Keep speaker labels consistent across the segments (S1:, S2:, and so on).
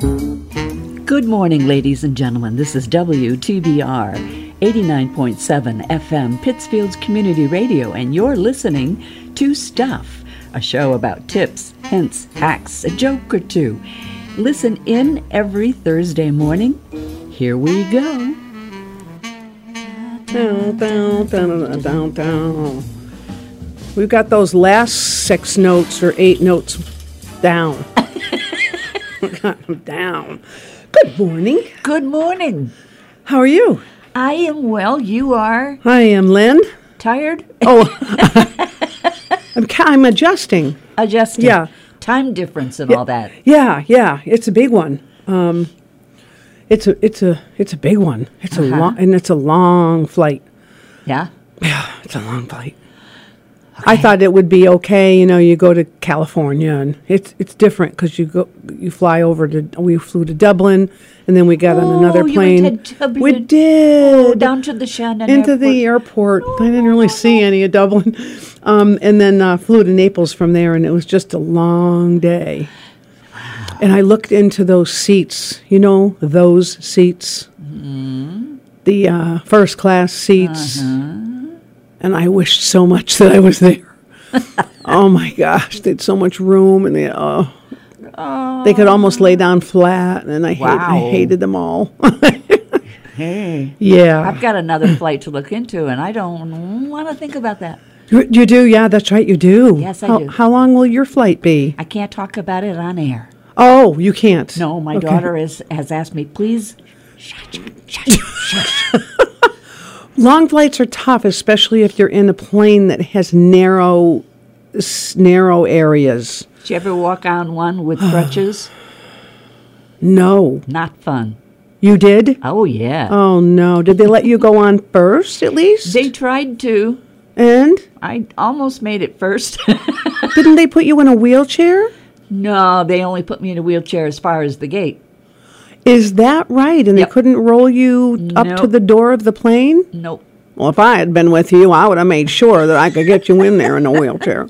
S1: Good morning, ladies and gentlemen. This is WTBR 89.7 FM, Pittsfield's Community Radio, and you're listening to Stuff, a show about tips, hints, hacks, a joke or two. Listen in every Thursday morning. Here we go.
S2: Down, down, down, down, down, down. We've got those last six notes or eight notes down. We got them down. Good morning.
S1: Good morning.
S2: How are you?
S1: I am well. You are
S2: I am Lynn. Oh,
S1: tired?
S2: I'm, ca- I'm adjusting.
S1: Adjusting.
S2: Yeah.
S1: Time difference and all that.
S2: Yeah, yeah. It's a big one. Um, it's a it's a it's a big one. It's a long and it's a long flight.
S1: Yeah.
S2: Yeah, it's a long flight. I thought it would be okay, you know, you go to California and it's it's different because you go you fly over to we flew to Dublin and then we got on another
S1: Oh, you
S2: plane.
S1: went to Dublin.
S2: We did
S1: Oh, down to the Shannon.
S2: Uh, into the
S1: Airport.
S2: airport. I didn't really see any of Dublin, um, and then uh, flew to Naples from there, and it was just a long day. And I looked into those seats, you know, those seats, the uh, first class seats, and I wished so much that I was there. oh my gosh, they had so much room, and they oh. They could almost lay down flat, and I, hate, I
S1: Wow.
S2: hated them all.
S1: Hey.
S2: yeah,
S1: I've got another flight to look into, and I don't want to think about that.
S2: You you do, yeah, that's right, you do.
S1: Yes, I
S2: how,
S1: do.
S2: How long will your flight be?
S1: I can't talk about it on air.
S2: Oh, you can't.
S1: No, my
S2: Okay.
S1: daughter is, has asked me, please. Shut, shut, shut.
S2: Long flights are tough, especially if you're in a plane that has narrow, s- narrow areas.
S1: Did you ever walk on one with crutches?
S2: No,
S1: Not fun.
S2: you did.
S1: Oh, yeah.
S2: Oh no, did they let you go on first at least?
S1: They tried to.
S2: and
S1: I almost made it first.
S2: didn't they put you in a wheelchair?
S1: no, they only put me in a wheelchair as far as the gate.
S2: Is that right? And
S1: Yep.
S2: they couldn't roll you up to
S1: Nope.
S2: the door of the plane?
S1: Nope.
S2: Well, if I had been with you, I would have made sure that I could get you in there in a wheelchair.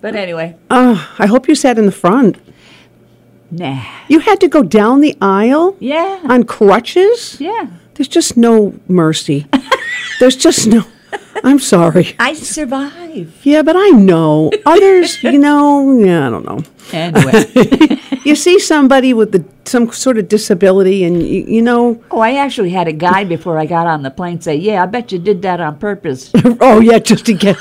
S1: But anyway,
S2: Ah, I hope you sat in the front.
S1: nah.
S2: You had to go down the aisle
S1: Yeah.
S2: on crutches?
S1: yeah.
S2: There's just no mercy. There's just no. I'm sorry.
S1: I survived.
S2: Yeah, but I know. Others, you know, yeah, I don't know.
S1: Anyway.
S2: You see somebody with the, some sort of disability, and you, you know,
S1: Oh, I actually had a guy before I got on the plane say, "Yeah, I bet you did that on purpose."
S2: oh, yeah, just to get.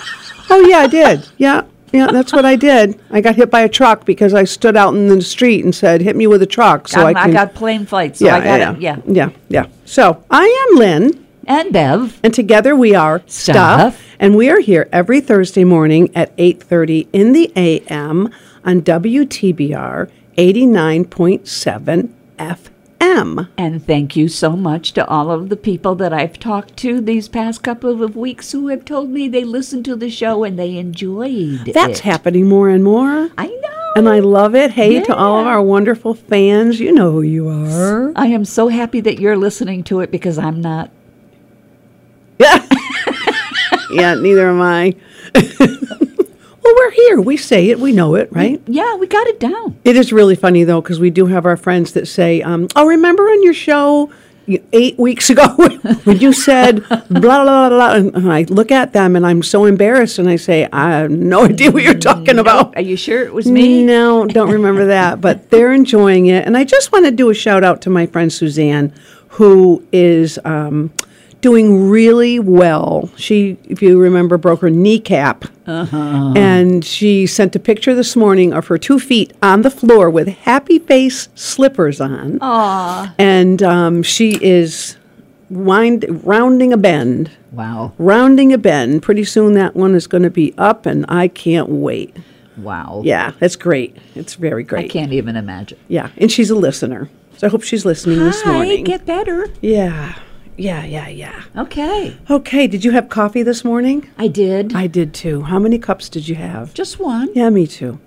S2: Oh, yeah, I did. Yeah, yeah, that's what I did. I got hit by a truck because I stood out in the street and said, hit me with a truck. So
S1: I'm-
S2: I
S1: I,
S2: can.
S1: got plane flights, so
S2: yeah,
S1: I got
S2: yeah,
S1: it. Yeah.
S2: yeah, yeah. So I am Lynn.
S1: And Bev,
S2: and together we are
S1: Stuff.
S2: stuff, and we are here every thursday morning at 8.30 in the am on wtbr 89.7 fm
S1: and thank you so much to all of the people that I've talked to these past couple of weeks who have told me they listened to the show and they enjoyed
S2: that's
S1: it.
S2: happening more and more
S1: I know.
S2: and i love it hey to all of
S1: Yeah.
S2: our wonderful fans you know who you are
S1: I am so happy that you're listening to it because I'm not.
S2: yeah neither am i well we're here we say it we know it right
S1: Yeah, we got it down.
S2: It is really funny though, because we do have our friends that say, um, "Oh, remember on your show y- eight weeks ago when you said blah blah blah blah," and and I look at them and I'm so embarrassed, and I say, "I have no idea what you're talking about."
S1: Are you sure it was me?
S2: No, don't remember that, but they're enjoying it. And I just want to do a shout out to my friend Suzanne, who is um, doing really well. She, if you remember, broke her kneecap. And she sent a picture this morning of her two feet on the floor with happy face slippers on. Aww. And um, she is wind, rounding a bend.
S1: Wow.
S2: Rounding a bend. Pretty soon that one is going to be up, and I can't wait.
S1: Wow.
S2: Yeah, it's great. It's very
S1: I
S2: great.
S1: can't even imagine.
S2: Yeah, and she's a listener. So I hope she's listening this
S1: Hi,
S2: morning.
S1: get better.
S2: yeah, yeah, yeah, yeah.
S1: Okay.
S2: Okay, did you have coffee this morning?
S1: I did.
S2: I did too. How many cups did you have?
S1: Just one.
S2: Yeah, me too.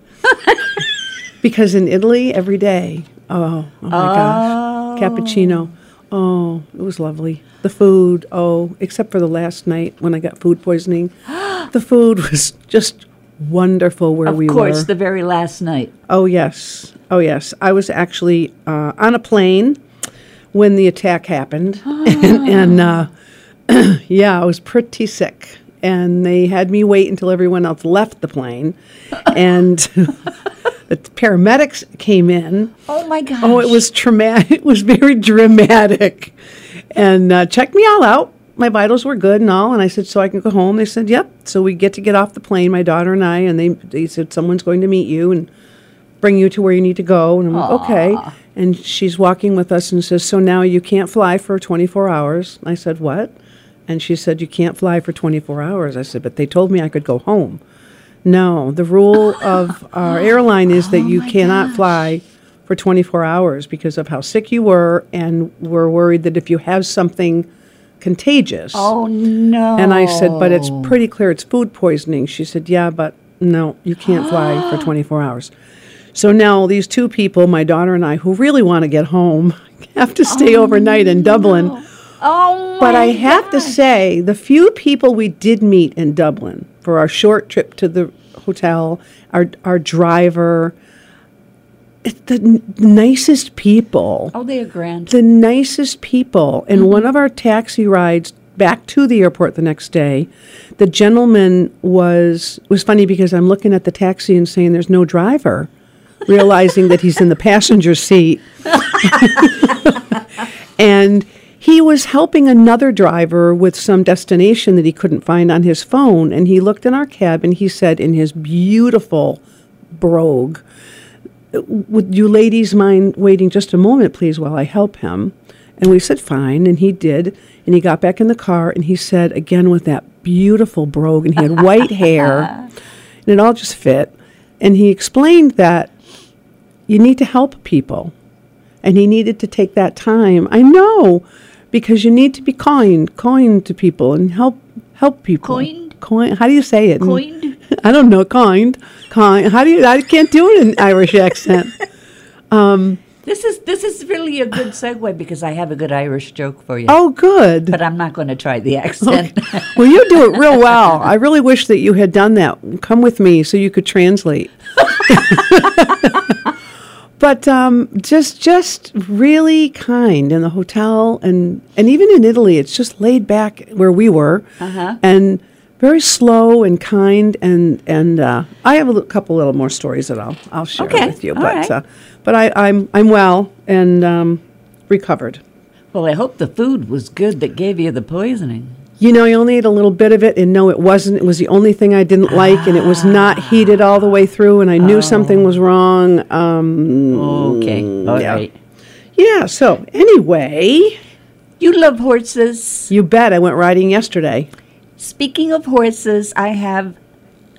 S2: because in Italy, every day, oh, oh my gosh, cappuccino. Oh, it was lovely. The food, oh, except for the last night when I got food poisoning. the food was just wonderful where
S1: Of
S2: we were.
S1: course, the very last night.
S2: Oh, yes. Oh, yes. I was actually uh, on a plane when the attack happened. and uh, yeah, I was pretty sick. And they had me wait until everyone else left the plane. and the paramedics came in.
S1: Oh my gosh.
S2: Oh, it was traumatic. It was very dramatic. And uh, checked me all out. My vitals were good and all. And I said, so I can go home. They said, yep. So we get to get off the plane, my daughter and I. And they, they said, someone's going to meet you and bring you to where you need to go. And I'm like, okay. And she's walking with us and says, so now you can't fly for 24 hours. I said, what? And she said, you can't fly for 24 hours. I said, but they told me I could go home. No, the rule of our airline is that you cannot fly for 24 hours because of how sick you were, and we're worried that if you have something contagious.
S1: Oh no.
S2: And I said, but it's pretty clear it's food poisoning. She said, yeah, but no, you can't fly for 24 hours. So now these two people, my daughter and I, who really want to get home, have to stay overnight in Dublin.
S1: Oh my
S2: But I have to say, the few people we did meet in Dublin for our short trip to the hotel, our our driver, it's the n- nicest people,
S1: Oh, they are grand.
S2: the nicest people. In one of our taxi rides back to the airport the next day, the gentleman was was funny because I'm looking at the taxi and saying, "There's no driver," realizing that he's in the passenger seat and he was helping another driver with some destination that he couldn't find on his phone and he looked in our cab and he said in his beautiful brogue would you ladies mind waiting just a moment please while i help him and we said fine and he did and he got back in the car and he said again with that beautiful brogue and he had white hair and it all just fit and he explained that you need to help people. And he needed to take that time. I know, because you need to be kind, kind to people and help help people.
S1: Kind?
S2: Kind. How do you say it? in-
S1: Kind?
S2: I don't know. Kind. Kind. How do you? I can't do it in an Irish accent.
S1: This is this is really a good segue because I have a good Irish joke for you.
S2: Oh, good.
S1: But I'm not going to try the accent.
S2: Well, you do it real well. I really wish that you had done that. Come with me so you could translate. but um, just just really kind in the hotel and and even in Italy, it's just laid back where we were,
S1: Uh-huh.
S2: and very slow and kind and and uh, I have a li- couple little more stories that I'll I'll share
S1: Okay.
S2: with you.
S1: All
S2: but
S1: right.
S2: uh, but I, I'm I'm well and um, recovered.
S1: well, I hope the food was good that gave you the poisoning.
S2: You know, I only ate a little bit of it, and no, it wasn't. It was the only thing I didn't like, and it was not heated all the way through, and I knew something was wrong. Um,
S1: Okay. all right.
S2: yeah. yeah, so anyway,
S1: You love horses.
S2: you bet I went riding yesterday.
S1: Speaking of horses, I have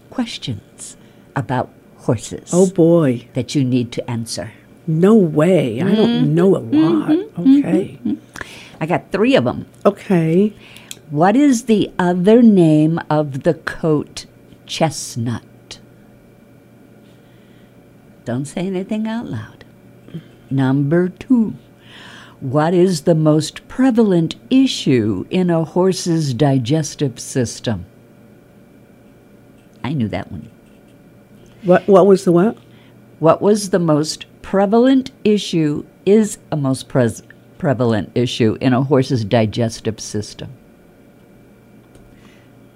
S1: questions about horses
S2: Oh boy,
S1: that you need to answer.
S2: no way. I don't know a lot. Okay.
S1: I got 3 of them.
S2: Okay.
S1: What is the other name of the coat chestnut? Don't say anything out loud. Number two. What is the most prevalent issue in a horse's digestive system? I knew that one.
S2: What, what was the what?
S1: What was the most prevalent issue is a most pres- prevalent issue in a horse's digestive system.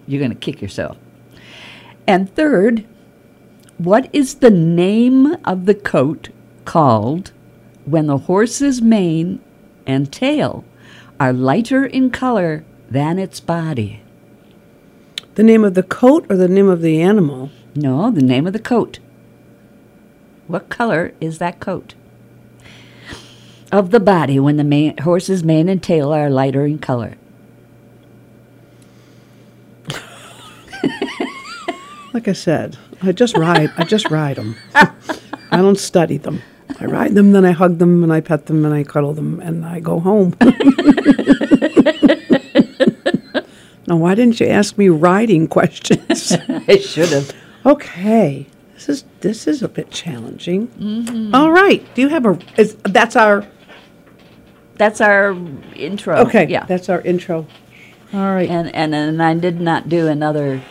S1: You're going to kick yourself. And third, what is the name of the coat called when the horse's mane and tail are lighter in color than its body?
S2: The name of the coat or the name of the animal?
S1: No, the name of the coat. What color is that coat? Of the body when the mane, horse's mane and tail are lighter in color.
S2: Like I said, I just ride. I just ride them. I don't study them. I ride them, then I hug them, and I pet them, and I cuddle them, and I go home. now, why didn't you ask me riding questions?
S1: I should have.
S2: okay, this is this is a bit challenging. All right, do you have a? Is, that's our
S1: That's our intro.
S2: okay.
S1: Yeah.
S2: that's our intro. All right.
S1: and, and and I did not do another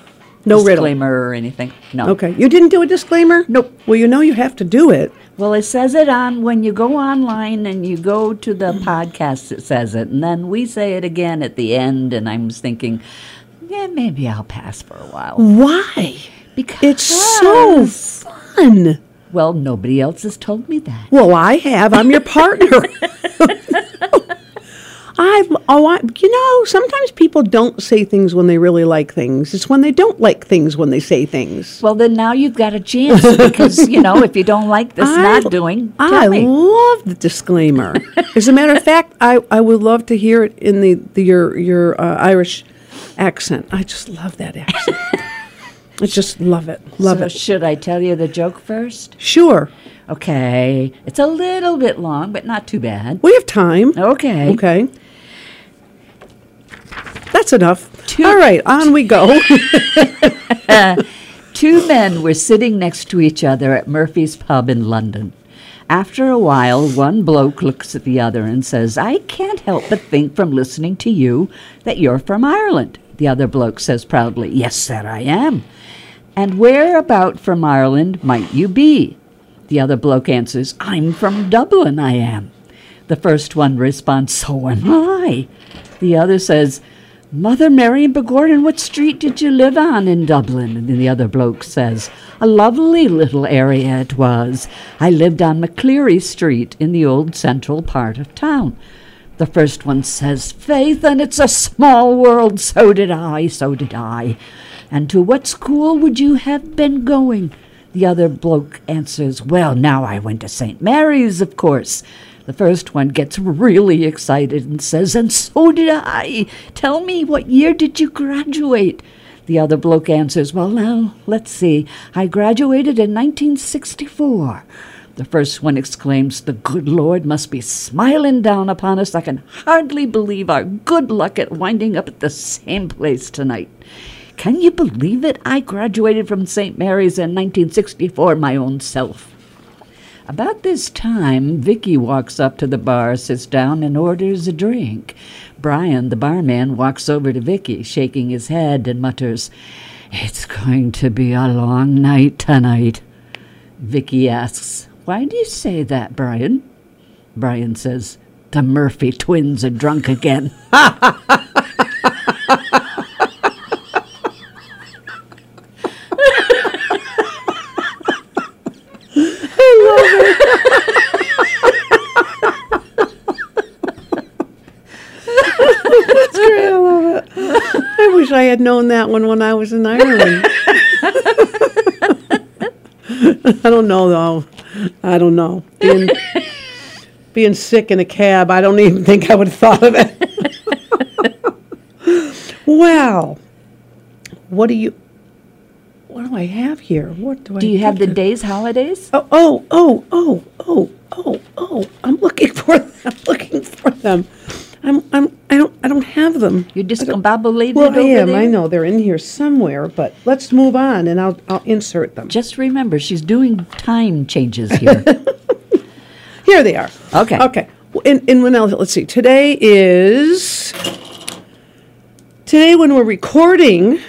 S2: No riddle.
S1: disclaimer or anything. No.
S2: okay, you didn't do a disclaimer.
S1: Nope.
S2: Well, you know you have to do it.
S1: Well, it says it on when you go online and you go to the podcast. It says it, and then we say it again at the end. And I'm just thinking, yeah, maybe I'll pass for a while
S2: Mm. Why?
S1: because
S2: It's so fun.
S1: Well, nobody else has told me that.
S2: Well, I have. I'm your partner. I've oh, I you know sometimes people don't say things when they really like things. It's when they don't like things when they say things.
S1: Well, then now you've got a chance because you know if you don't like this
S2: I-
S1: not doing, tell
S2: I
S1: me.
S2: love the disclaimer. As a matter of fact, I, I would love to hear it in the, the your your uh, Irish accent. I just love that accent. I just love it. Love
S1: so
S2: it.
S1: should I tell you the joke first?
S2: sure.
S1: Okay, it's a little bit long, but not too bad.
S2: We have time.
S1: Okay.
S2: Okay. That's enough.
S1: Two-
S2: All right, on we go.
S1: Two men were sitting next to each other at Murphy's Pub in London. After a while, one bloke looks at the other and says, I can't help but think from listening to you that you're from Ireland. The other bloke says proudly, Yes, that I am. And whereabout from Ireland might you be? The other bloke answers, I'm from Dublin, I am. The first one responds, So am I. The other says, Mother Mary and Begordon, what street did you live on in Dublin? And the other bloke says, A lovely little area it was. I lived on McCleary Street in the old central part of town. The first one says, Faith, and it's a small world. So did I, so did I. And to what school would you have been going? The other bloke answers, Well, now I went to St. Mary's, of course. The first one gets really excited and says, And so did I. Tell me, what year did you graduate? The other bloke answers, Well, now, let's see. I graduated in 1964. The first one exclaims, The good Lord must be smiling down upon us. I can hardly believe our good luck at winding up at the same place tonight. Can you believe it? I graduated from St. Mary's in 1964 my own self. About this time, Vicky walks up to the bar, sits down, and orders a drink. Brian, the barman, walks over to Vicky, shaking his head, and mutters, It's going to be a long night tonight. Vicky asks, Why do you say that, Brian? Brian says, The Murphy twins are drunk again.
S2: I love it. I wish I had known that one when I was in Ireland. I don't know though. I don't know. Being, being sick in a cab, I don't even think I would have thought of it. wow. What do you what do I have here? What do, I
S1: Do you have the
S2: to-
S1: day's holidays?
S2: Oh, oh, oh, oh, oh, oh, oh. I'm looking for them. I'm looking for them. I'm I'm I don't I don't have them.
S1: You're
S2: I don't-
S1: discombobulated
S2: well,
S1: over
S2: I am.
S1: there?
S2: I know they're in here somewhere, but let's move on, and I'll I'll insert them.
S1: Just remember, she's doing time changes here.
S2: Here they are.
S1: Okay.
S2: Okay. Well, And and when else? Let's see. Today is today when we're recording.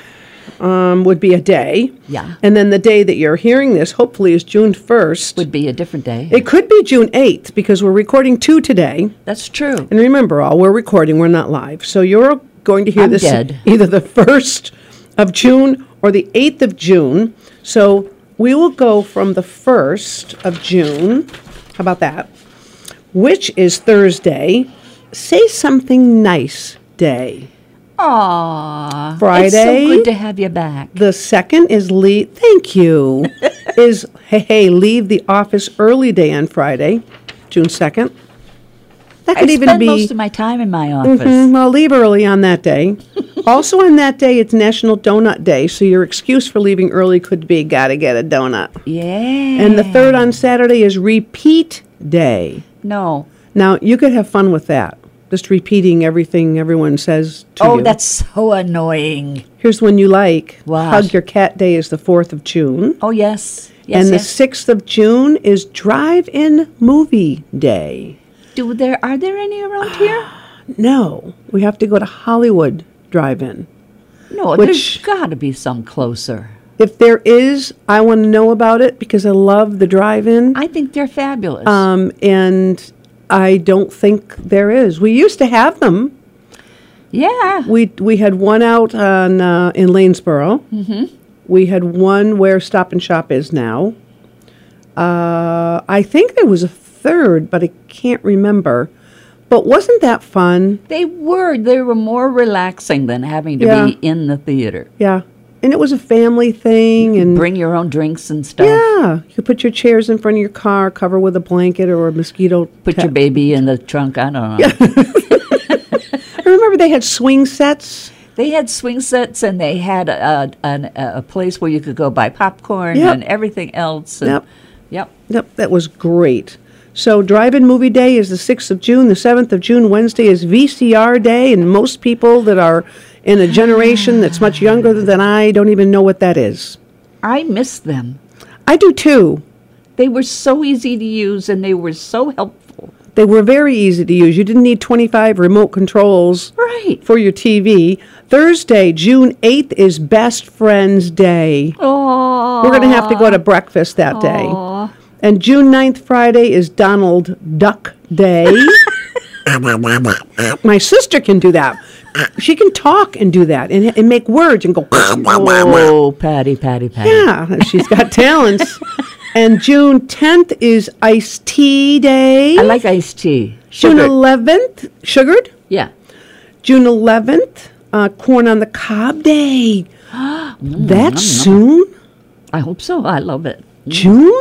S2: Um, would be a day.
S1: Yeah.
S2: And then the day that you're hearing this, hopefully, is June 1st.
S1: Would be a different day.
S2: it could be June 8th because we're recording two today.
S1: That's true.
S2: And remember, all we're recording, we're not live. So you're going to hear
S1: I'm
S2: this
S1: dead.
S2: either the 1st of June or the 8th of June. So we will go from the 1st of June. How about that? Which is Thursday. Say something nice day.
S1: Aww. It's
S2: Friday.
S1: so good to have you back.
S2: The second is leave. Thank you. is hey, hey, leave the office early day on Friday, June 2nd. That
S1: I
S2: could even
S1: spend
S2: be Mm-hmm.
S1: most of my time in my office.
S2: Mm, Well, leave early on that day. also, on that day, it's National Donut Day, so your excuse for leaving early could be gotta get a donut.
S1: Yeah.
S2: And the third on Saturday is Repeat Day.
S1: No.
S2: Now, you could have fun with that, just repeating everything everyone says to
S1: Oh,
S2: you.
S1: that's so annoying.
S2: Here's one you like.
S1: What?
S2: Hug Your Cat Day is the 4th of June.
S1: Oh, yes. Yes,
S2: and
S1: yes.
S2: the 6th of June is Drive In Movie Day.
S1: Do there are there any around
S2: Ah.
S1: here?
S2: No, we have to go to Hollywood Drive In.
S1: No, there's
S2: Which-
S1: got to be some closer.
S2: If there is, I want to know about it because I love the drive in.
S1: I think they're fabulous.
S2: Um, and I don't think there is. We used to have them.
S1: yeah.
S2: We we had one out on uh, in Lanesboro. Mm-hmm. We had one where Stop and Shop is now. Uh, I think there was a third, but I can't remember. But wasn't that fun?
S1: They were. They were more relaxing than having to
S2: Yeah.
S1: be in the theater.
S2: Yeah, and it was a family thing, and
S1: Bring your own drinks and stuff.
S2: yeah, you could put your chairs in front of your car, cover with a blanket or a mosquito.
S1: Put
S2: net.
S1: your baby in the trunk. I don't know.
S2: I remember they had swing sets.
S1: They had swing sets and they had a, a, an, a place where you could go buy popcorn
S2: Yep.
S1: and everything else. And,
S2: Yep.
S1: Yep.
S2: Yep, that was great. So, Drive In Movie Day is the 6th of June. The 7th of June, Wednesday, is VCR Day. And most people that are in a generation that's much younger than I don't even know what that is.
S1: I miss them.
S2: I do too.
S1: They were so easy to use and they were so helpful.
S2: They were very easy to use. You didn't need 25 remote controls
S1: Right.
S2: for your TV. Thursday, June 8th, is Best Friends Day.
S1: Oh.
S2: We're going to have to go to breakfast that day. And June 9th, Friday, is Donald Duck Day. My sister can do that. She can talk and do that and, and make words and go,
S1: Oh, Patty, Patty, Patty.
S2: yeah, she's got talents. And June 10th is Iced Tea Day.
S1: I like iced tea.
S2: June
S1: Sugar.
S2: 11th, sugared.
S1: Yeah.
S2: June 11th, uh, Corn on the Cob Day. That's soon?
S1: I hope so. I love it.
S2: June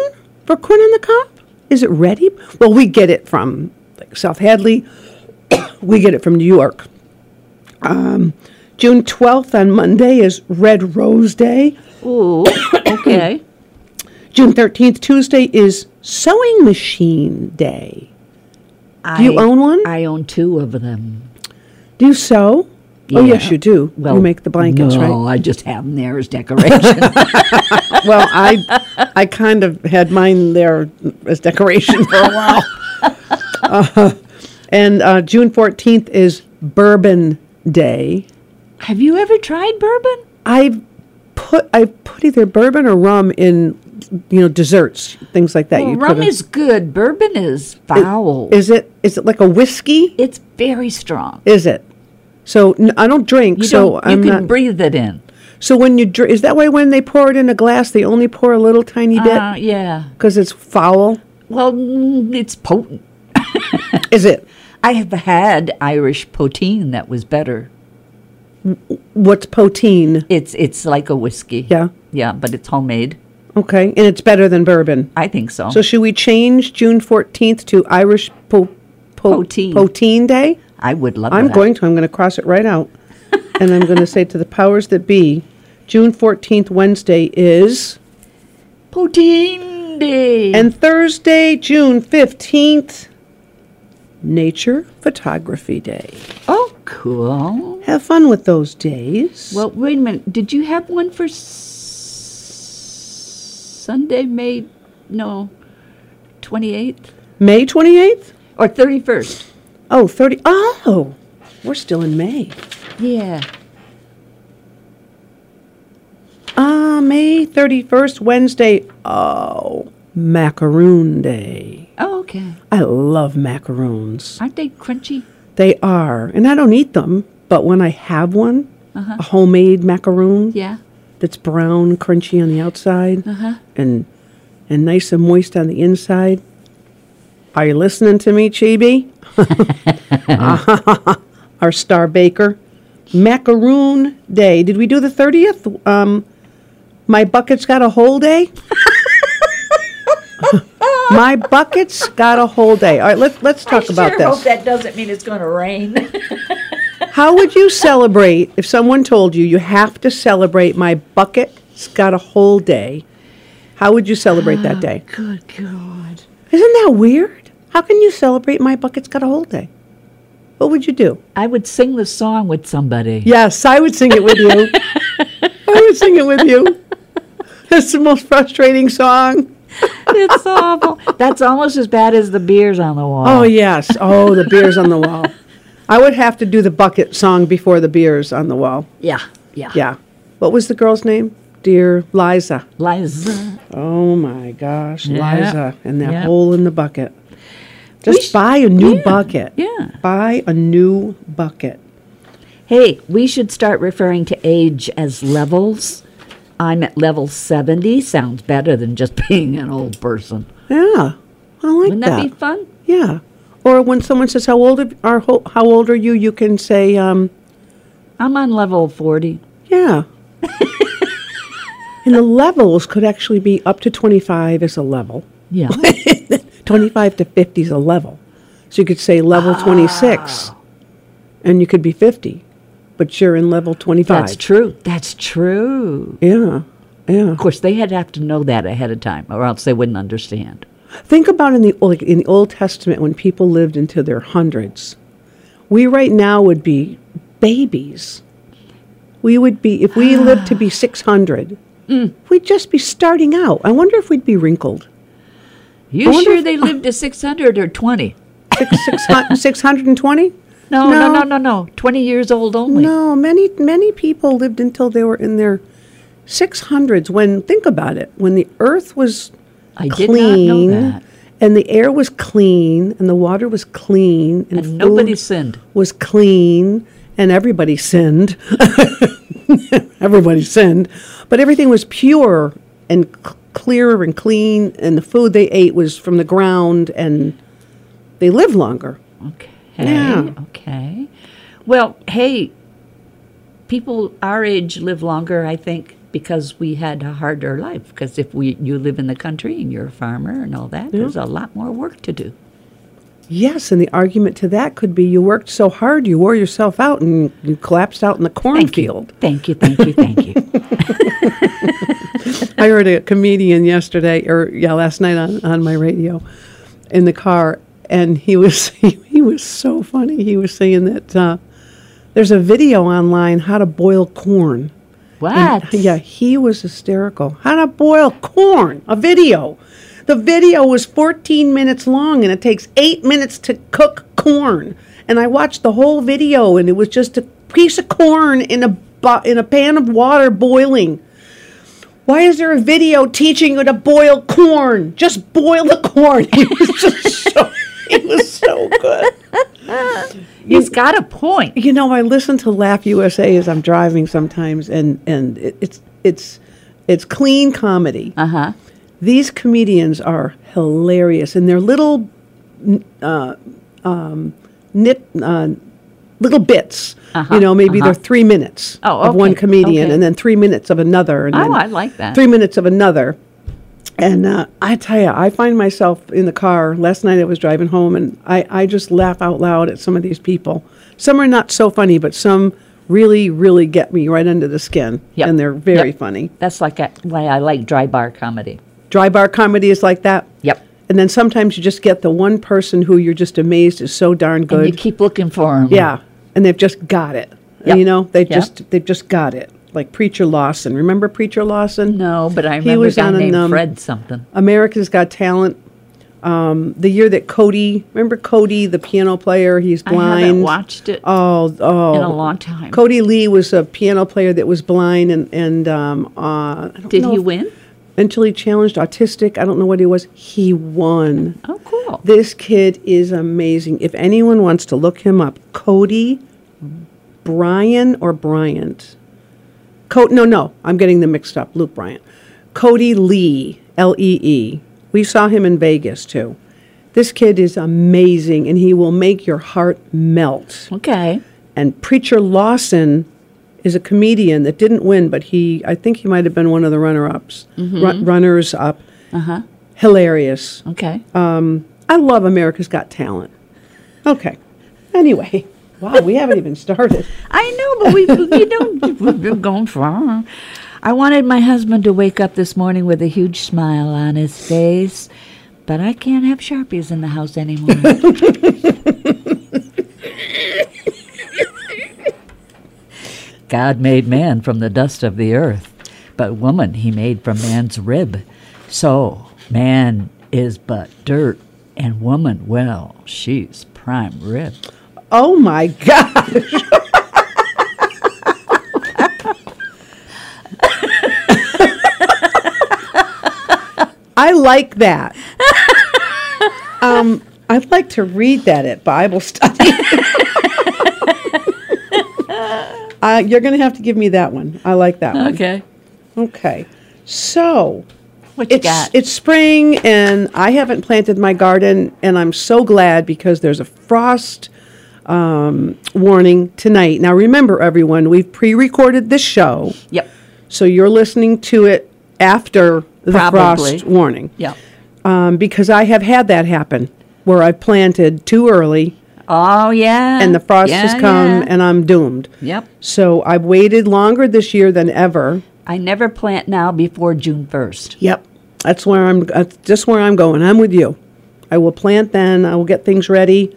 S2: for corn on the cob? Is it ready? Well, we get it from like South Hadley. we get it from New York. Um, June twelfth on Monday is Red Rose Day.
S1: Ooh. Okay.
S2: June thirteenth Tuesday is Sewing Machine Day.
S1: I,
S2: Do you own one?
S1: I own two of them.
S2: Do you sew? Oh
S1: Yeah.
S2: yes, you do.
S1: Well,
S2: you make the blankets,
S1: no,
S2: right?
S1: I just have them there as decoration.
S2: Well, I I kind of had mine there as decoration for a while. Uh, and uh, June fourteenth is Bourbon Day.
S1: have you ever tried bourbon?
S2: I've put I've put either bourbon or rum in you know desserts, things like that.
S1: Well,
S2: you put
S1: rum
S2: a-
S1: is good. Bourbon is foul.
S2: is it is it like a whiskey?
S1: it's very strong.
S2: Is it? So n- I don't drink.
S1: You
S2: so
S1: don't, you
S2: I'm
S1: can
S2: not.
S1: breathe it in.
S2: so when you drink, is that why when they pour it in a glass, they only pour a little tiny
S1: Uh,
S2: bit
S1: yeah.
S2: because it's foul?
S1: Well, mm, it's potent.
S2: Is it?
S1: I have had Irish poteen that was better.
S2: What's poteen?
S1: It's it's like a whiskey.
S2: Yeah.
S1: Yeah, but it's homemade.
S2: Okay, and it's better than bourbon.
S1: I think so.
S2: So should we change June fourteenth to Irish po- po-
S1: Poteen.
S2: poteen Day?
S1: I would love
S2: I'm
S1: that.
S2: going to. I'm going to cross it right out. and I'm going to say to the powers that be, June 14th, Wednesday is.
S1: Poteen day.
S2: And Thursday, June 15th, Nature Photography Day.
S1: oh, cool.
S2: Have fun with those days.
S1: Well, wait a minute. Did you have one for s- Sunday, May no, 28th
S2: May 28th?
S1: or 31st?
S2: Oh, 30. Oh, we're still in May.
S1: Yeah.
S2: Ah, May 31st, Wednesday. Oh, Macaroon Day.
S1: Oh, okay.
S2: I love macaroons.
S1: Aren't they crunchy?
S2: They are, and I don't eat them, but when I have one, a homemade macaroon
S1: Yeah.
S2: that's brown, crunchy on the outside, and and nice and moist on the inside. Are you listening to me, Chibi? Our star baker, macaroon day. Did we do the thirtieth? Um, my bucket's got a whole day. my bucket's got a whole day. All right, let's let's talk about this.
S1: that doesn't mean it's going to rain.
S2: How would you celebrate if someone told you you have to celebrate my bucket's got a whole day? How would you celebrate that day?
S1: Good God.
S2: Isn't that weird? How can you celebrate my bucket's got a whole day? What would you do?
S1: I would sing the song with somebody.
S2: Yes, I would sing it with you. I would sing it with you. It's the most frustrating song.
S1: it's awful. That's almost as bad as the beers on the wall.
S2: Oh yes. Oh, the beers on the wall. I would have to do the bucket song before the beers on the wall.
S1: yeah, yeah,
S2: Yeah. What was the girl's name? Dear Liza.
S1: Liza.
S2: Oh my gosh,
S1: Yeah.
S2: Liza and that
S1: Yeah.
S2: hole in the bucket.
S1: We
S2: Just
S1: sh-
S2: buy a new
S1: yeah,
S2: bucket.
S1: yeah.
S2: Buy a new bucket.
S1: Hey, we should start referring to age as levels. I'm at level 70. Sounds better than just being an old person.
S2: Yeah. I like
S1: Wouldn't that, be fun?
S2: Yeah. Or when someone says, "How old are- are ho- how old are you?" you can say, um,
S1: I'm on level 40.
S2: "Yeah." and the levels could actually be up to 25 is a level.
S1: Yeah.
S2: 25 to 50 is a level. So you could say level 26 and you could be 50, but you're in level 25.
S1: That's true. That's true.
S2: Yeah. Yeah.
S1: Of course, they had to have to know that ahead of time, or else they wouldn't understand.
S2: Think about in the old- like in the Old Testament when people lived into their hundreds. We right now would be babies. We would be if we lived to be six hundred.
S1: Mm.
S2: We'd just be starting out. I wonder if we'd be wrinkled. I
S1: You
S2: wonder
S1: sure
S2: if-
S1: they lived to 600 or 20?
S2: Six hundred and twenty.
S1: No, no, no, no, no. 20 years old only.
S2: No, many many people lived until they were in their six hundreds. When think about it, when the earth was
S1: I did not know
S2: clean,
S1: that.
S2: and the air was clean, and the water was clean, and,
S1: And nobody
S2: food
S1: sinned.
S2: was clean, and everybody sinned. everybody sinned, but everything was pure and c- clear and clean, and the food they ate was from the ground, and they lived longer.
S1: Okay.
S2: Yeah.
S1: Okay. Well, hey, people our age live longer, I think, because we had a harder life. Because if we you live in the country and you're a farmer and all that, there's a lot more work to do.
S2: Yes, and the argument to that could be you worked so hard, you wore yourself out, and you collapsed out in the
S1: Thank you.
S2: cornfield.
S1: Thank you. Thank you. Thank you.
S2: I heard a comedian yesterday, or yeah, last night on, on my radio, in the car, and he was he was so funny. He was saying that uh, there's a video online how to boil corn. And,
S1: What?
S2: yeah, he was hysterical. How to boil corn? A video. The video was 14 minutes long, and it takes eight minutes to cook corn. And I watched the whole video, and it was just a piece of corn in a bu- in a pan of water boiling. Why is there a video teaching you to boil corn? Just boil the corn. It was just so. It was so good.
S1: He's got a point.
S2: You know, I listen to Laugh USA as I'm driving sometimes, and and it, it's it's it's clean comedy.
S1: Uh huh.
S2: These comedians are hilarious, and their little n- uh, um, nit uh, little bits.
S1: Uh-huh,
S2: you know, maybe
S1: uh-huh.
S2: they're three minutes
S1: Oh,
S2: of one
S1: okay,
S2: comedian,
S1: okay.
S2: and then three minutes of another. And
S1: Oh,
S2: then
S1: I like that.
S2: Three minutes of another. And uh, I tell you, I find myself in the car. Last night I was driving home and I, I just laugh out loud at some of these people. Some are not so funny, but some really, really get me right under the skin.
S1: Yep.
S2: And they're very
S1: Yep.
S2: funny.
S1: That's like a, why I like dry bar comedy.
S2: Dry bar comedy is like that.
S1: Yep.
S2: And then sometimes you just get the one person who you're just amazed is so darn
S1: And
S2: good.
S1: you keep looking for him.
S2: Yeah, and they've just got it.
S1: Yep.
S2: You know, they
S1: Yep.
S2: just they've just got it. Like Preacher Lawson. Remember Preacher Lawson?
S1: No, but I
S2: He
S1: remember
S2: was
S1: a guy
S2: on an,
S1: named
S2: um,
S1: Fred something.
S2: America's Got Talent. Um, the year that Cody, remember Cody, the piano player? He's
S1: I
S2: blind.
S1: haven't watched it
S2: Oh, oh.
S1: in a long time.
S2: Cody Lee was a piano player that was blind, and and um, uh, I don't
S1: Did
S2: know
S1: he
S2: if-
S1: win?
S2: Mentally challenged, autistic. I don't know what he was. He won.
S1: Oh, cool.
S2: This kid is amazing. If anyone wants to look him up, Cody Bryan or Bryant. Co- no, no, I'm getting them mixed up. Luke Bryant. Cody Lee, L E E. We saw him in Vegas too. This kid is amazing and he will make your heart melt.
S1: Okay.
S2: And Preacher Lawson is a comedian that didn't win, but he, I think he might have been one of the runner ups, runners up. Uh-huh. Hilarious.
S1: Okay.
S2: Um, I love America's Got Talent. Okay. Anyway, Wow, we haven't even started.
S1: I know, but we you don't we've been going far. I wanted my husband to wake up this morning with a huge smile on his face, but I can't have Sharpies in the house anymore. God made man from the dust of the earth, but woman he made from man's rib. So man is but dirt, and woman, well, she's prime rib.
S2: Oh my gosh. I like that. Um, I'd like to read that at Bible study. uh, you're going to have to give me that one. I like that one.
S1: Okay.
S2: Okay. So
S1: What you
S2: it's
S1: got?
S2: it's spring and I haven't planted my garden and I'm so glad because there's a frost um, warning tonight. Now remember everyone, we've pre-recorded this show.
S1: yep.
S2: So you're listening to it after the
S1: Probably.
S2: frost warning.
S1: Yep.
S2: Um, because I have had that happen where I planted too early
S1: Oh yeah.
S2: and the frost
S1: Yeah,
S2: has come
S1: yeah.
S2: and I'm doomed.
S1: Yep.
S2: So I've waited longer this year than ever.
S1: I never plant now before June first.
S2: Yep. That's where I'm that's just where I'm going. I'm with you. I will plant then, I will get things ready.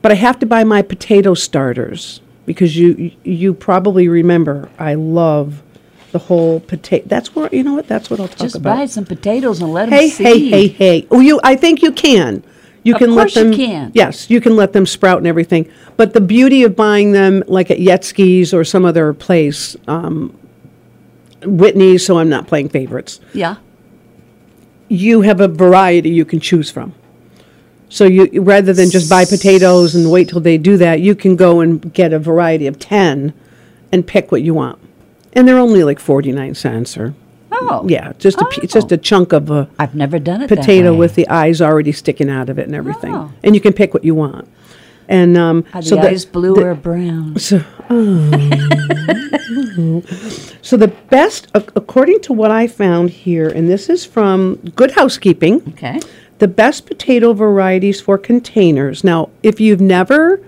S2: But I have to buy my potato starters because you you probably remember I love the whole potato. That's where you know what? That's what I'll talk
S1: Just
S2: about.
S1: buy some potatoes and let them
S2: hey,
S1: seed.
S2: hey, hey, hey. Oh, you I think you can. You
S1: Of
S2: can
S1: course you
S2: let them
S1: can.
S2: Yes, you can let them sprout and everything. But the beauty of buying them like at Yetski's or some other place, um, Whitney's, so I'm not playing favorites
S1: Yeah.
S2: you have a variety you can choose from. So you rather than just buy potatoes and wait till they do that, you can go and get a variety of 10 and pick what you want. And they're only like 49 cents or
S1: Oh.
S2: yeah, just a p- just a chunk of a
S1: I've never done it. that
S2: potato
S1: way.
S2: with the eyes already sticking out of it and everything.
S1: Oh.
S2: And you can pick what you want. And um
S1: Are the
S2: so the-
S1: eyes blue
S2: the-
S1: or brown?
S2: so, so the best, ac- according to what I found here, and this is from Good Housekeeping,
S1: Okay.
S2: the best potato varieties for containers. Now, if you've never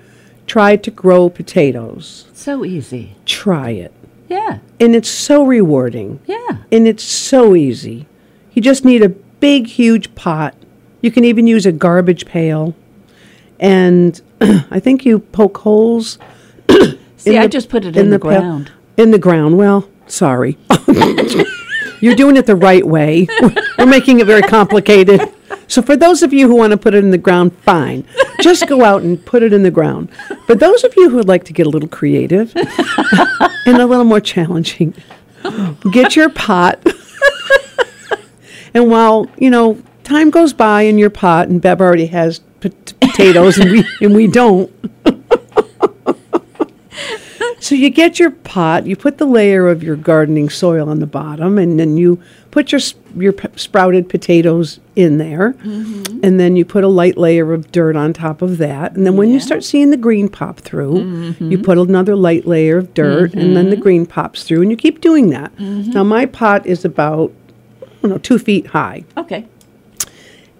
S2: tried to grow potatoes,
S1: So easy.
S2: try it.
S1: Yeah.
S2: And it's so rewarding.
S1: Yeah.
S2: And it's so easy. You just need a big, huge pot. You can even use a garbage pail. And I think you poke holes
S1: See,
S2: in
S1: I
S2: the-
S1: just put it in, the,
S2: pa-
S1: ground.
S2: in the ground. Well, sorry. You're doing it the right way. We're making it very complicated. So for those of you who want to put it in the ground, fine. Just go out and put it in the ground. But those of you who would like to get a little creative and a little more challenging, get your pot. and while, you know, time goes by in your pot and Bev already has pot- potatoes and we and we don't. So you get your pot, you put the layer of your gardening soil on the bottom, and then you put your s- your p- sprouted potatoes in there, and then you put a light layer of dirt on top of that, and then when you start seeing the green pop through, you put another light layer of dirt, and then the green pops through, and you keep doing that. Now my pot is about I don't know two feet high,
S1: Okay.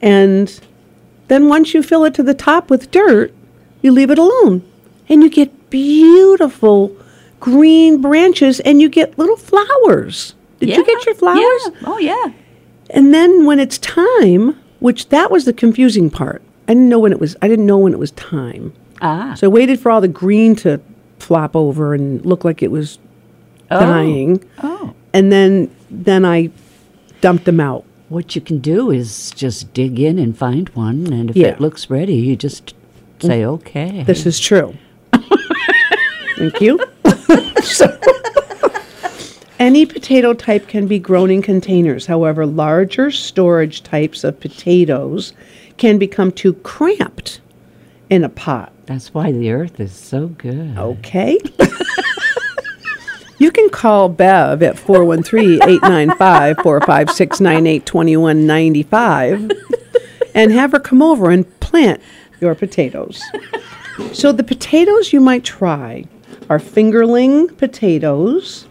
S2: and then once you fill it to the top with dirt, you leave it alone. And you get beautiful green branches and you get little flowers. Did
S1: yeah.
S2: you get your flowers?
S1: Yeah. Oh yeah.
S2: And then when it's time, which that was the confusing part. I didn't know when it was I didn't know when it was time.
S1: Ah.
S2: So I waited for all the green to flop over and look like it was
S1: Oh.
S2: dying.
S1: Oh.
S2: And then then I dumped them out.
S1: What you can do is just dig in and find one, and if
S2: Yeah. Mm.
S1: it looks ready, you just say okay.
S2: This is true. Thank you. So, any potato type can be grown in containers. However, larger storage types of potatoes can become too cramped in a pot.
S1: That's why the earth is so good.
S2: Oh. Okay? you can call Bev at 413 895 456 98 2195 and have her come over and plant your potatoes. So the potatoes you might try are fingerling potatoes,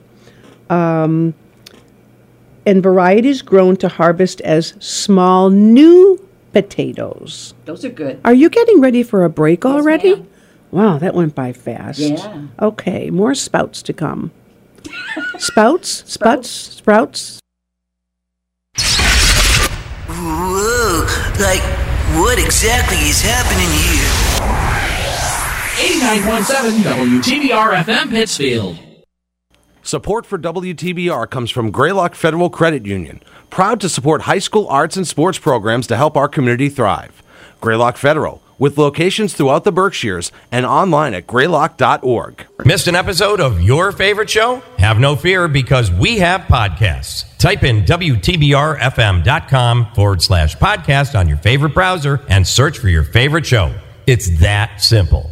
S2: um, and varieties grown to harvest as small new potatoes.
S1: Those are good.
S2: Are you getting ready for a break already? Wow, that went by fast.
S1: Yeah.
S2: Okay, more spouts to come. spouts, sputs, sprouts.
S3: Whoa, like, what exactly is happening here?
S4: 8917 WTBR FM Pittsfield.
S5: Support for WTBR comes from Greylock Federal Credit Union, proud to support high school arts and sports programs to help our community thrive. Greylock Federal, with locations throughout the Berkshires and online at greylock.org.
S6: Missed an episode of your favorite show? Have no fear because we have podcasts. Type in WTBRFM.com forward slash podcast on your favorite browser and search for your favorite show. It's that simple.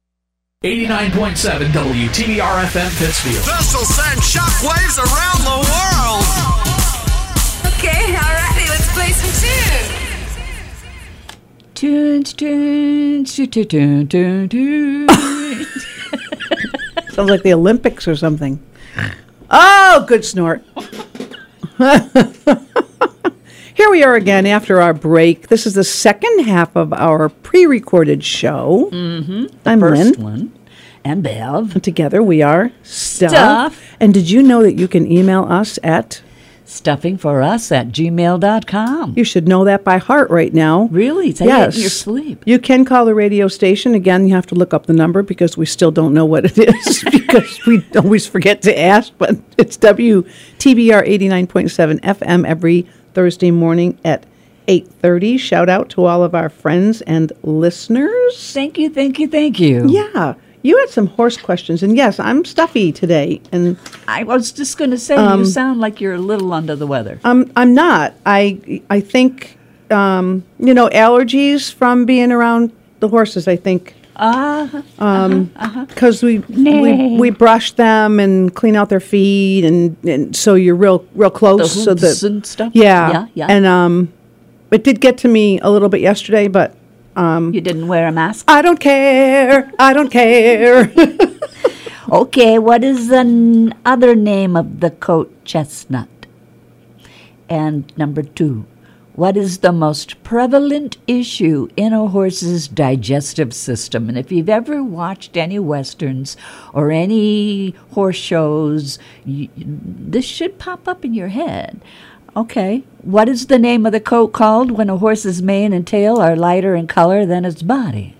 S4: 89.7 WTBR FM Pittsfield.
S7: Vessel send shockwaves around the world.
S8: Okay, alrighty, let's play some tunes.
S1: Tunes, tunes, tu- tu- tun- tun- tun.
S2: Sounds like the Olympics or something. Oh, good snort. Here we are again after our break. This is the second half of our pre recorded show. Mm-hmm. I'm
S1: First
S2: Lynn.
S1: one. And Bev.
S2: Together we are stuff.
S1: Stuff.
S2: And did you know that you can email us at,
S1: Stuffing for us at gmail.com.
S2: you should know that by heart right now.
S1: Really? Say
S2: yes.
S1: it in your sleep.
S2: You can call the radio station. Again, you have to look up the number because we still don't know what it is because we always forget to ask. But it's WTBR 89.7 FM every Thursday morning at 8.30. Shout out to all of our friends and listeners.
S1: Thank you, thank you, thank you.
S2: Yeah. You had some horse questions. And yes, I'm stuffy today. And
S1: I was just going to say, you sound like you're a little under the weather.
S2: Um, I'm not. I I think um, you know allergies from being around the horses. I think.
S1: Uh-huh,
S2: Ah. Because we, we we brush them and clean out their feet, and, and so you're real real close. oh, so
S1: hooves
S2: that
S1: and stuff?
S2: Yeah.
S1: Yeah, yeah.
S2: And um, it did get to me a little bit yesterday, but um,
S1: you didn't wear a mask.
S2: I don't care. I don't care.
S1: Okay, what is the n- other name of the coat chestnut? And number two, what is the most prevalent issue in a horse's digestive system? And if you've ever watched any westerns or any horse shows, you, this should pop up in your head. Okay, what is the name of the coat called when a horse's mane and tail are lighter in color than its body?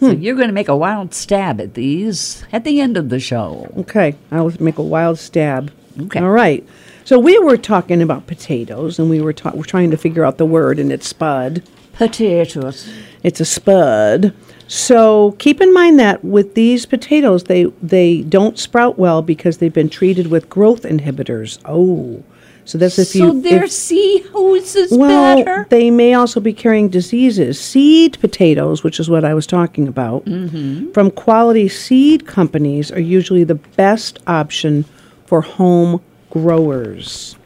S1: So Hmm. you're going to make a wild stab at these at the end of the show.
S2: Okay, I'll make a wild stab.
S1: Okay.
S2: All right. So we were talking about potatoes, and we were, ta- we're trying to figure out the word, and it's spud.
S1: Potatoes.
S2: It's a spud. So keep in mind that with these potatoes, they they don't sprout well because they've been treated with growth inhibitors. Oh, so that's if
S1: so
S2: you
S1: their
S2: if-
S1: seahorse is
S2: well,
S1: better.
S2: they may also be carrying diseases. Seed potatoes, which is what I was talking about,
S1: Mm-hmm.
S2: from quality seed companies are usually the best option for home growers.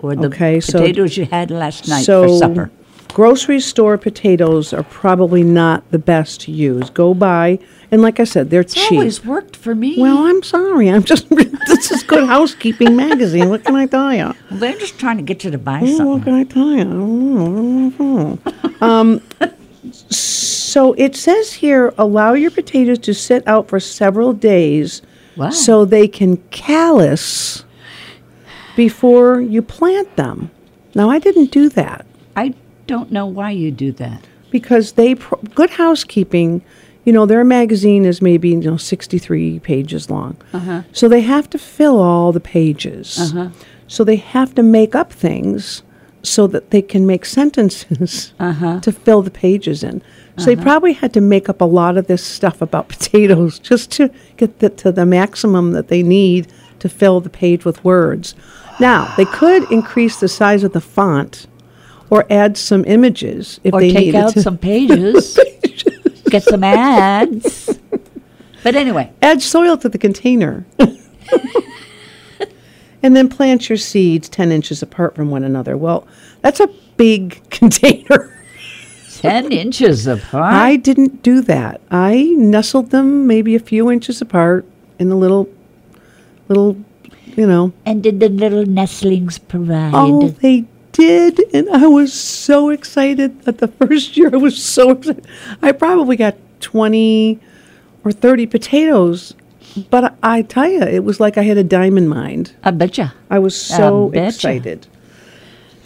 S1: or the
S2: okay, so-
S1: potatoes you had last night
S2: so,
S1: for supper.
S2: grocery store potatoes are probably not the best to use. Go buy, and like I said, they're
S1: It's
S2: cheap.
S1: always worked for me.
S2: well, I'm sorry. I'm just this is Good Housekeeping magazine. What can I tell you?
S1: they're just trying to get you to buy
S2: Yeah,
S1: something.
S2: What can I tell you? I don't know. I don't know. um, so it says here allow your potatoes to sit out for several days
S1: Wow.
S2: so they can callus before you plant them. Now, I didn't do that
S1: I don't know why you do that.
S2: because they, pro- Good Housekeeping, you know, their magazine is maybe, you know, 63 pages long. So they have to fill all the pages. So they have to make up things so that they can make sentences to fill the pages in. So they probably had to make up a lot of this stuff about potatoes just to get the, to the maximum that they need to fill the page with words. Now, they could increase the size of the font or add some images if
S1: or
S2: they
S1: take
S2: needed
S1: out
S2: to.
S1: some pages, get some ads. But anyway,
S2: add soil to the container. and then plant your seeds 10 inches apart from one another. Well, that's a big container.
S1: ten inches apart.
S2: I didn't do that. I nestled them maybe a few inches apart in a little, little, you know.
S1: and did the little nestlings provide?
S2: Oh, they did. And I was so excited that the first year I was so excited. I probably got 20 or 30 potatoes. But I, I tell you, it was like I had a dime in mind.
S1: I betcha.
S2: I was so
S1: betcha.
S2: excited.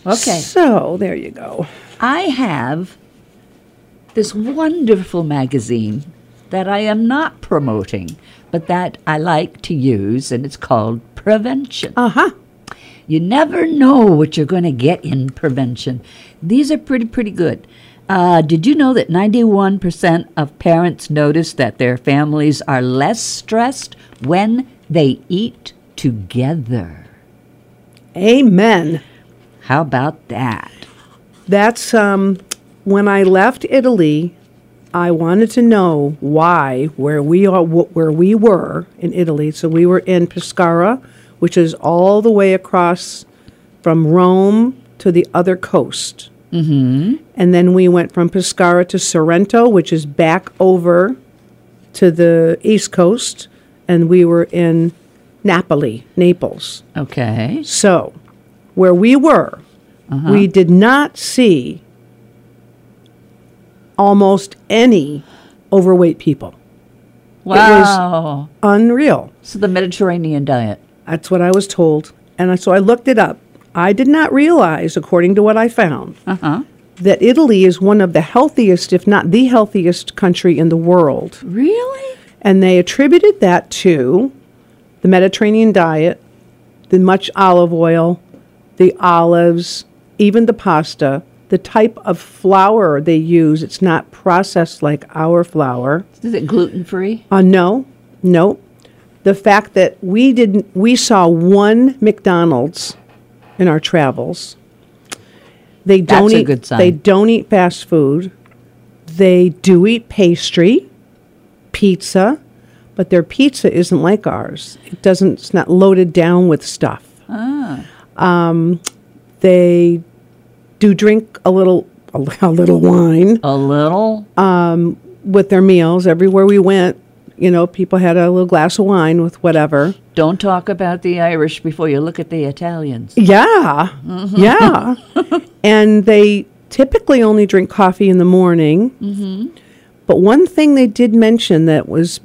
S1: Okay.
S2: So there you go.
S1: I have this wonderful magazine that I am not promoting, but that I like to use, and it's called Prevention.
S2: Uh huh.
S1: You never know what you're going to get in prevention. These are pretty, pretty good. Uh, did you know that 91% of parents notice that their families are less stressed when they eat together?
S2: Amen.
S1: How about that?
S2: That's um, when I left Italy. I wanted to know why where we are wh- where we were in Italy. So we were in Pescara, which is all the way across from Rome to the other coast. Mm-hmm. And then we went from Pescara to Sorrento, which is back over to the east coast, and we were in Napoli, Naples.
S1: Okay.
S2: So, where we were, we did not see almost any overweight people.
S1: Wow.
S2: Unreal.
S1: so the Mediterranean diet.
S2: That's what I was told. And I- so I looked it up. I did not realize, according to what I found, that Italy is one of the healthiest, if not the healthiest country in the world.
S1: Really?
S2: And they attributed that to the Mediterranean diet, the much olive oil, the olives, even the pasta, the type of flour they use. It's not processed like our flour.
S1: Is it gluten free?
S2: Uh, no, no. The fact that we didn't, we saw one McDonald's in our travels. They
S1: That's
S2: don't
S1: a
S2: eat.
S1: good sign.
S2: They don't eat fast food. They do eat pastry, pizza, but their pizza isn't like ours. It doesn't. It's not loaded down with stuff. Ah. Um, they do drink a little, a, li- a little wine
S1: A little.
S2: with their meals everywhere we went you know people had a little glass of wine with whatever
S1: Don't talk about the Irish before you look at the Italians.
S2: yeah Mm-hmm. yeah and they typically only drink coffee in the morning but one thing they did mention that was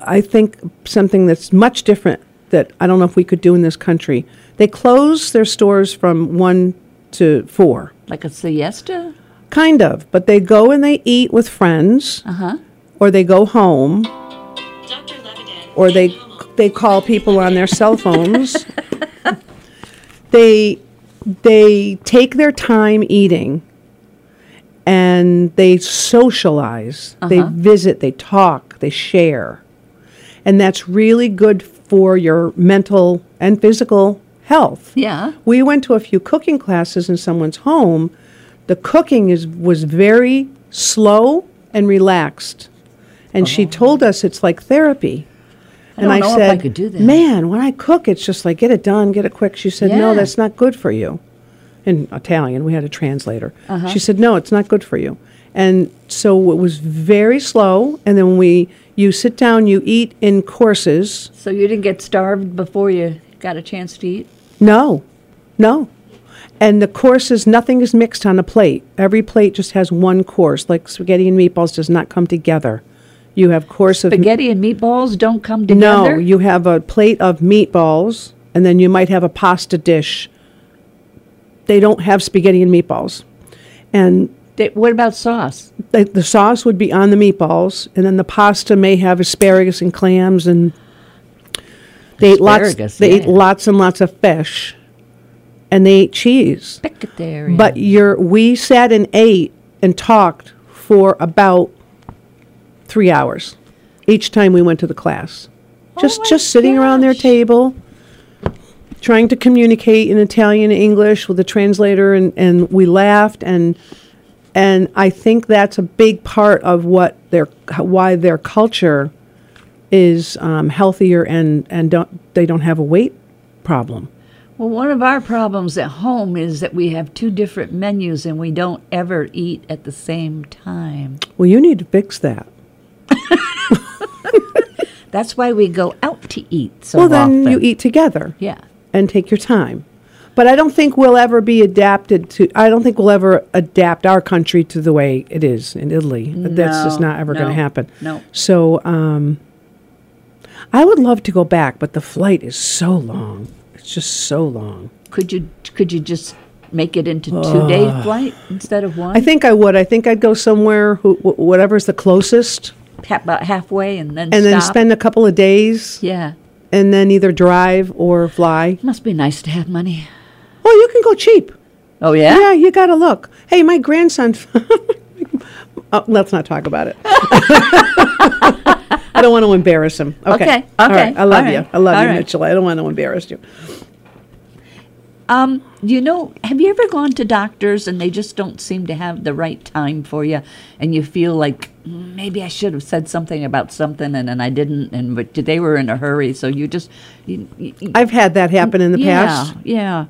S2: i think something that's much different that i don't know if we could do in this country they close their stores from one to four
S1: Like a siesta?
S2: Kind of, but they go and they eat with friends, or they go home, or they they call people on their cell phones. they they take their time eating, and they socialize. They visit. They talk. They share, and that's really good for your mental and physical health.
S1: Yeah.
S2: We went to a few cooking classes in someone's home. The cooking is was very slow and relaxed. And she told us it's like therapy. and
S1: don't
S2: I
S1: know if I
S2: said,
S1: could do that.
S2: "Man, when I cook, it's just like get it done, get it quick." She said,
S1: Yeah.
S2: "No, that's not good for you." In Italian, we had a translator.
S1: Uh-huh.
S2: She said, "No, it's not good for you." And so it was very slow. And then we you sit down, you eat in courses.
S1: So you didn't get starved before you got a chance to eat?
S2: No, no. And the courses, nothing is mixed on a plate. Every plate just has one course. Like spaghetti and meatballs does not come together. You have course of
S1: Spaghetti and meatballs don't come
S2: no.
S1: together?
S2: You have a plate of meatballs, and then you might have a pasta dish. They don't have spaghetti and meatballs, and
S1: They- what about sauce?
S2: the, the sauce would be on the meatballs, and then the pasta may have asparagus and clams, and they ate
S1: Asparagus,
S2: lots. They ate
S1: yeah.
S2: lots and lots of fish, and they ate cheese.
S1: Picatarian.
S2: But you're, we sat and ate and talked for about three hours each time we went to the class. Just
S1: Oh my
S2: just sitting around their
S1: gosh.
S2: table, trying to communicate in Italian and English with a translator, and, and we laughed and and I think that's a big part of what their why their culture is um, healthier and and don't they don't have a weight problem.
S1: Well, one of our problems at home is that we have two different menus and we don't ever eat at the same time.
S2: Well, you need to fix that.
S1: That's why we go out to eat so
S2: well, then
S1: often.
S2: you eat together.
S1: Yeah.
S2: and take your time. But I don't think we'll ever be adapted to. I don't think we'll ever adapt our country to the way it is in Italy. That's just
S1: No,
S2: not ever going
S1: no,
S2: to happen.
S1: no.
S2: So um, I would love to go back, but the flight is so long. It's just so long.
S1: Could you could you just make it into two day flight instead of one?
S2: I think I would. I think I'd go somewhere who, wh- whatever's the closest,
S1: Ha- about halfway and then
S2: and then
S1: stop.
S2: spend a couple of days,
S1: yeah.
S2: and then either drive or fly.
S1: Must be nice to have money.
S2: Oh, you can go cheap.
S1: Oh yeah.
S2: Yeah, you got to look. Hey, my grandson. oh, let's not talk about it. I don't want to embarrass him. Okay.
S1: Okay,
S2: All
S1: okay,
S2: right. I love
S1: all
S2: you.
S1: right,
S2: I love
S1: all
S2: you,
S1: right.
S2: Mitchell. I don't want to embarrass you.
S1: Um, you know, have you ever gone to doctors and they just don't seem to have the right time for you, and you feel like "Mm, maybe I should have said something about something and then I didn't, and but they were in a hurry, so you just you, you,
S2: I've had that happen in the
S1: yeah,
S2: past.
S1: Yeah.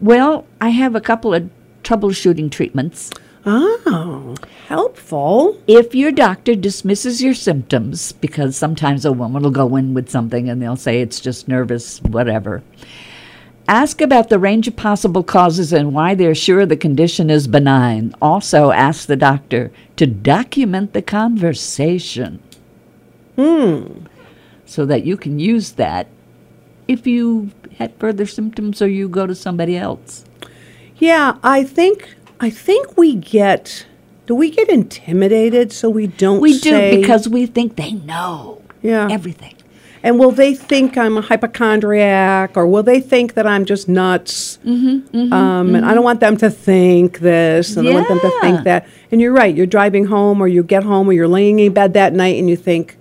S1: Well, I have a couple of troubleshooting treatments.
S2: Oh, helpful.
S1: If your doctor dismisses your symptoms, because sometimes a woman will go in with something and they'll say it's just nervous, whatever, ask about the range of possible causes and why they're sure the condition is benign. Also, ask the doctor to document the conversation
S2: Hmm.
S1: so that you can use that if you had further symptoms or you go to somebody else.
S2: Yeah, I think I think we get. Do we get intimidated so we don't?
S1: We
S2: say-
S1: do because we think they know
S2: Yeah.
S1: everything.
S2: And will they think I'm a hypochondriac, or will they think that I'm just nuts? Mm-hmm, um, And I don't want them to think this, and I want them to
S1: Yeah.
S2: think that. And you're right. You're driving home, or you get home, or you're laying in bed that night, and you think,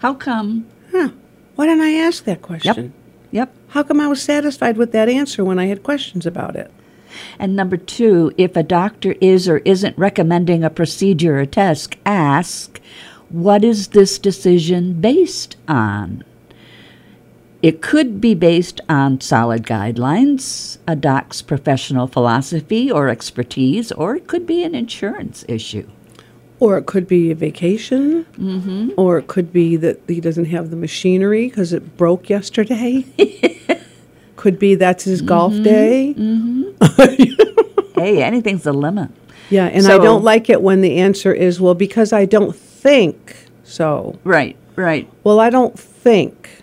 S1: How come?
S2: "Why didn't I ask that question?
S1: Yep.
S2: How come I was satisfied with that answer when I had questions about it?"
S1: And number two, if a doctor is or isn't recommending a procedure or test, ask, what is this decision based on? It could be based on solid guidelines, a doc's professional philosophy or expertise, or it could be an insurance issue.
S2: Or it could be a vacation, or it could be that he doesn't have the machinery because it broke yesterday. could be that's his golf day.
S1: Hey, anything's a limit.
S2: Yeah, and I
S1: So-
S2: don't like it when the answer is, well, because I don't think so.
S1: Right, right.
S2: Well, I don't think.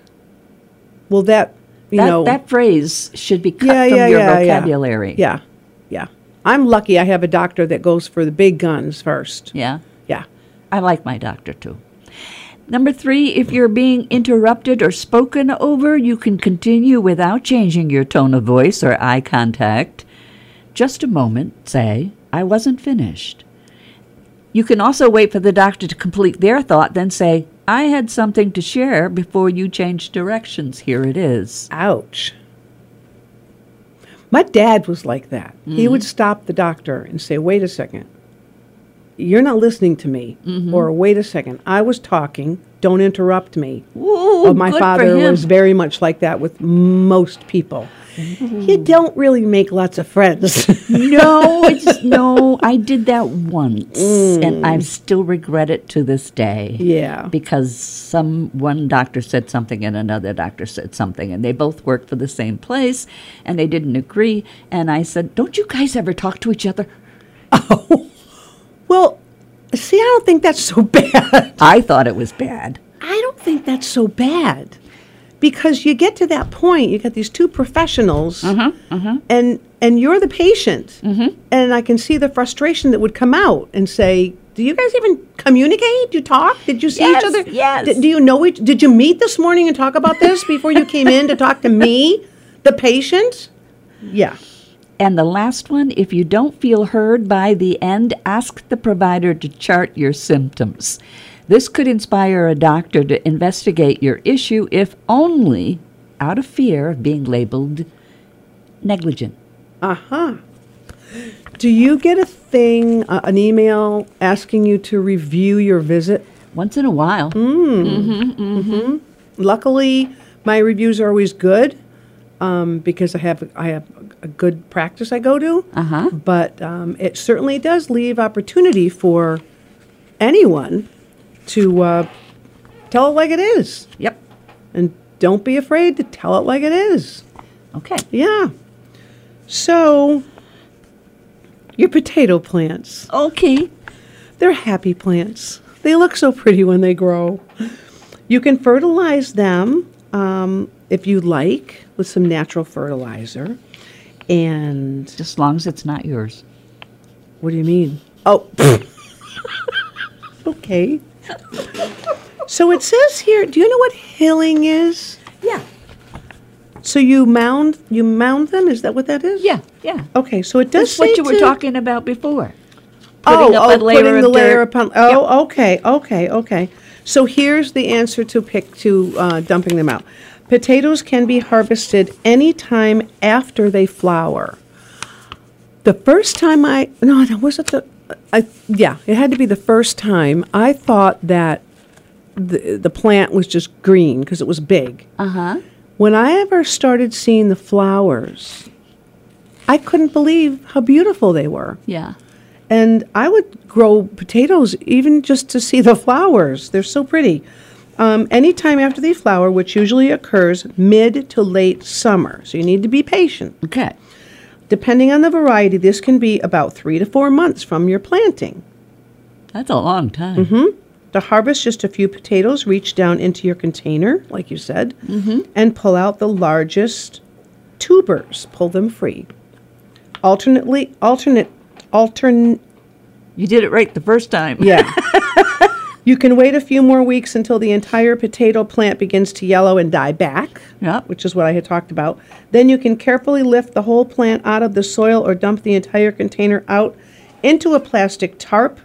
S2: Well, that, you
S1: that,
S2: know.
S1: that phrase should be cut
S2: yeah,
S1: from
S2: yeah,
S1: your
S2: yeah, yeah.
S1: vocabulary.
S2: Yeah, yeah. I'm lucky I have a doctor that goes for the big guns first.
S1: Yeah.
S2: Yeah.
S1: I like my doctor too. Number three, if you're being interrupted or spoken over, you can continue without changing your tone of voice or eye contact. Just a moment, say, I wasn't finished. You can also wait for the doctor to complete their thought, then say, I had something to share before you change directions. Here it is.
S2: Ouch. My dad was like that.
S1: Mm-hmm.
S2: He would stop the doctor and say, wait a second. You're not listening to me.
S1: Mm-hmm.
S2: Or, wait a second. I was talking. Don't interrupt me.
S1: Ooh,
S2: Well, my
S1: good
S2: father
S1: for him.
S2: was very much like that with most people.
S1: Mm-hmm.
S2: You don't really make lots of friends.
S1: no, it's no. I did that once, and I still regret it to this day.
S2: Yeah.
S1: because some one doctor said something and another doctor said something, and they both worked for the same place, and they didn't agree. And I said, "Don't you guys ever talk to each other?"
S2: well, see, I don't think that's so bad.
S1: I thought it was bad.
S2: I don't think that's so bad because you get to that point. You got these two professionals,
S1: Mm-hmm,
S2: and and you're the patient, and I can see the frustration that would come out and say. Do you guys even communicate? Do you talk? Did you see
S1: Yes,
S2: each other?
S1: yes.
S2: Did, do you know each? Did you meet this morning and talk about this before you came in to talk to me, the patient? Yeah.
S1: And the last one, if you don't feel heard by the end, ask the provider to chart your symptoms. This could inspire a doctor to investigate your issue if only out of fear of being labeled negligent.
S2: Do you get a thing, uh, an email asking you to review your visit?
S1: Once in a while,
S2: Mm-hmm. Luckily, my reviews are always good um, because I have I have a good practice I go to. Uh-huh. But um, it certainly does leave opportunity for anyone to uh, tell it like it is,
S1: yep,
S2: and don't be afraid to tell it like it is.
S1: okay.
S2: Yeah. So, your potato plants.
S1: Okay.
S2: They're happy plants. They look so pretty when they grow. You can fertilize them um, if you like with some natural fertilizer. And
S1: Just as long as it's not yours.
S2: what do you mean? Oh, okay. So it says here. Do you know what hilling is?
S1: Yeah.
S2: So you mound you mound them. Is that what that is?
S1: Yeah. Yeah.
S2: Okay. So it does.
S1: That's what
S2: say
S1: you were
S2: to-
S1: talking about before.
S2: oh,
S1: up
S2: oh,
S1: a layer
S2: putting
S1: of
S2: the layer
S1: dirt.
S2: upon. Oh, okay, okay, okay. So here's the answer to pick to uh, dumping them out. Potatoes can be harvested any time after they flower. The first time I no, no, was it the? I yeah, it had to be the first time. I thought that the the plant was just green because it was big. Uh huh.
S1: Uh-huh.
S2: When I ever started seeing the flowers, I couldn't believe how beautiful they were.
S1: Yeah.
S2: And I would grow potatoes even just to see the flowers. They're so pretty. Um, anytime after they flower, which usually occurs mid to late summer, so you need to be patient.
S1: Okay.
S2: Depending on the variety, this can be about three to four months from your planting.
S1: That's a long time.
S2: Mm-hmm. To harvest just a few potatoes, reach down into your container, like you said, and pull out the largest tubers. Pull them free. Alternately, alternate, altern.
S1: You did it right the first time.
S2: Yeah. you can wait a few more weeks until the entire potato plant begins to yellow and die back,
S1: Yep.
S2: which is what I had talked about. Then you can carefully lift the whole plant out of the soil or dump the entire container out into a plastic tarp.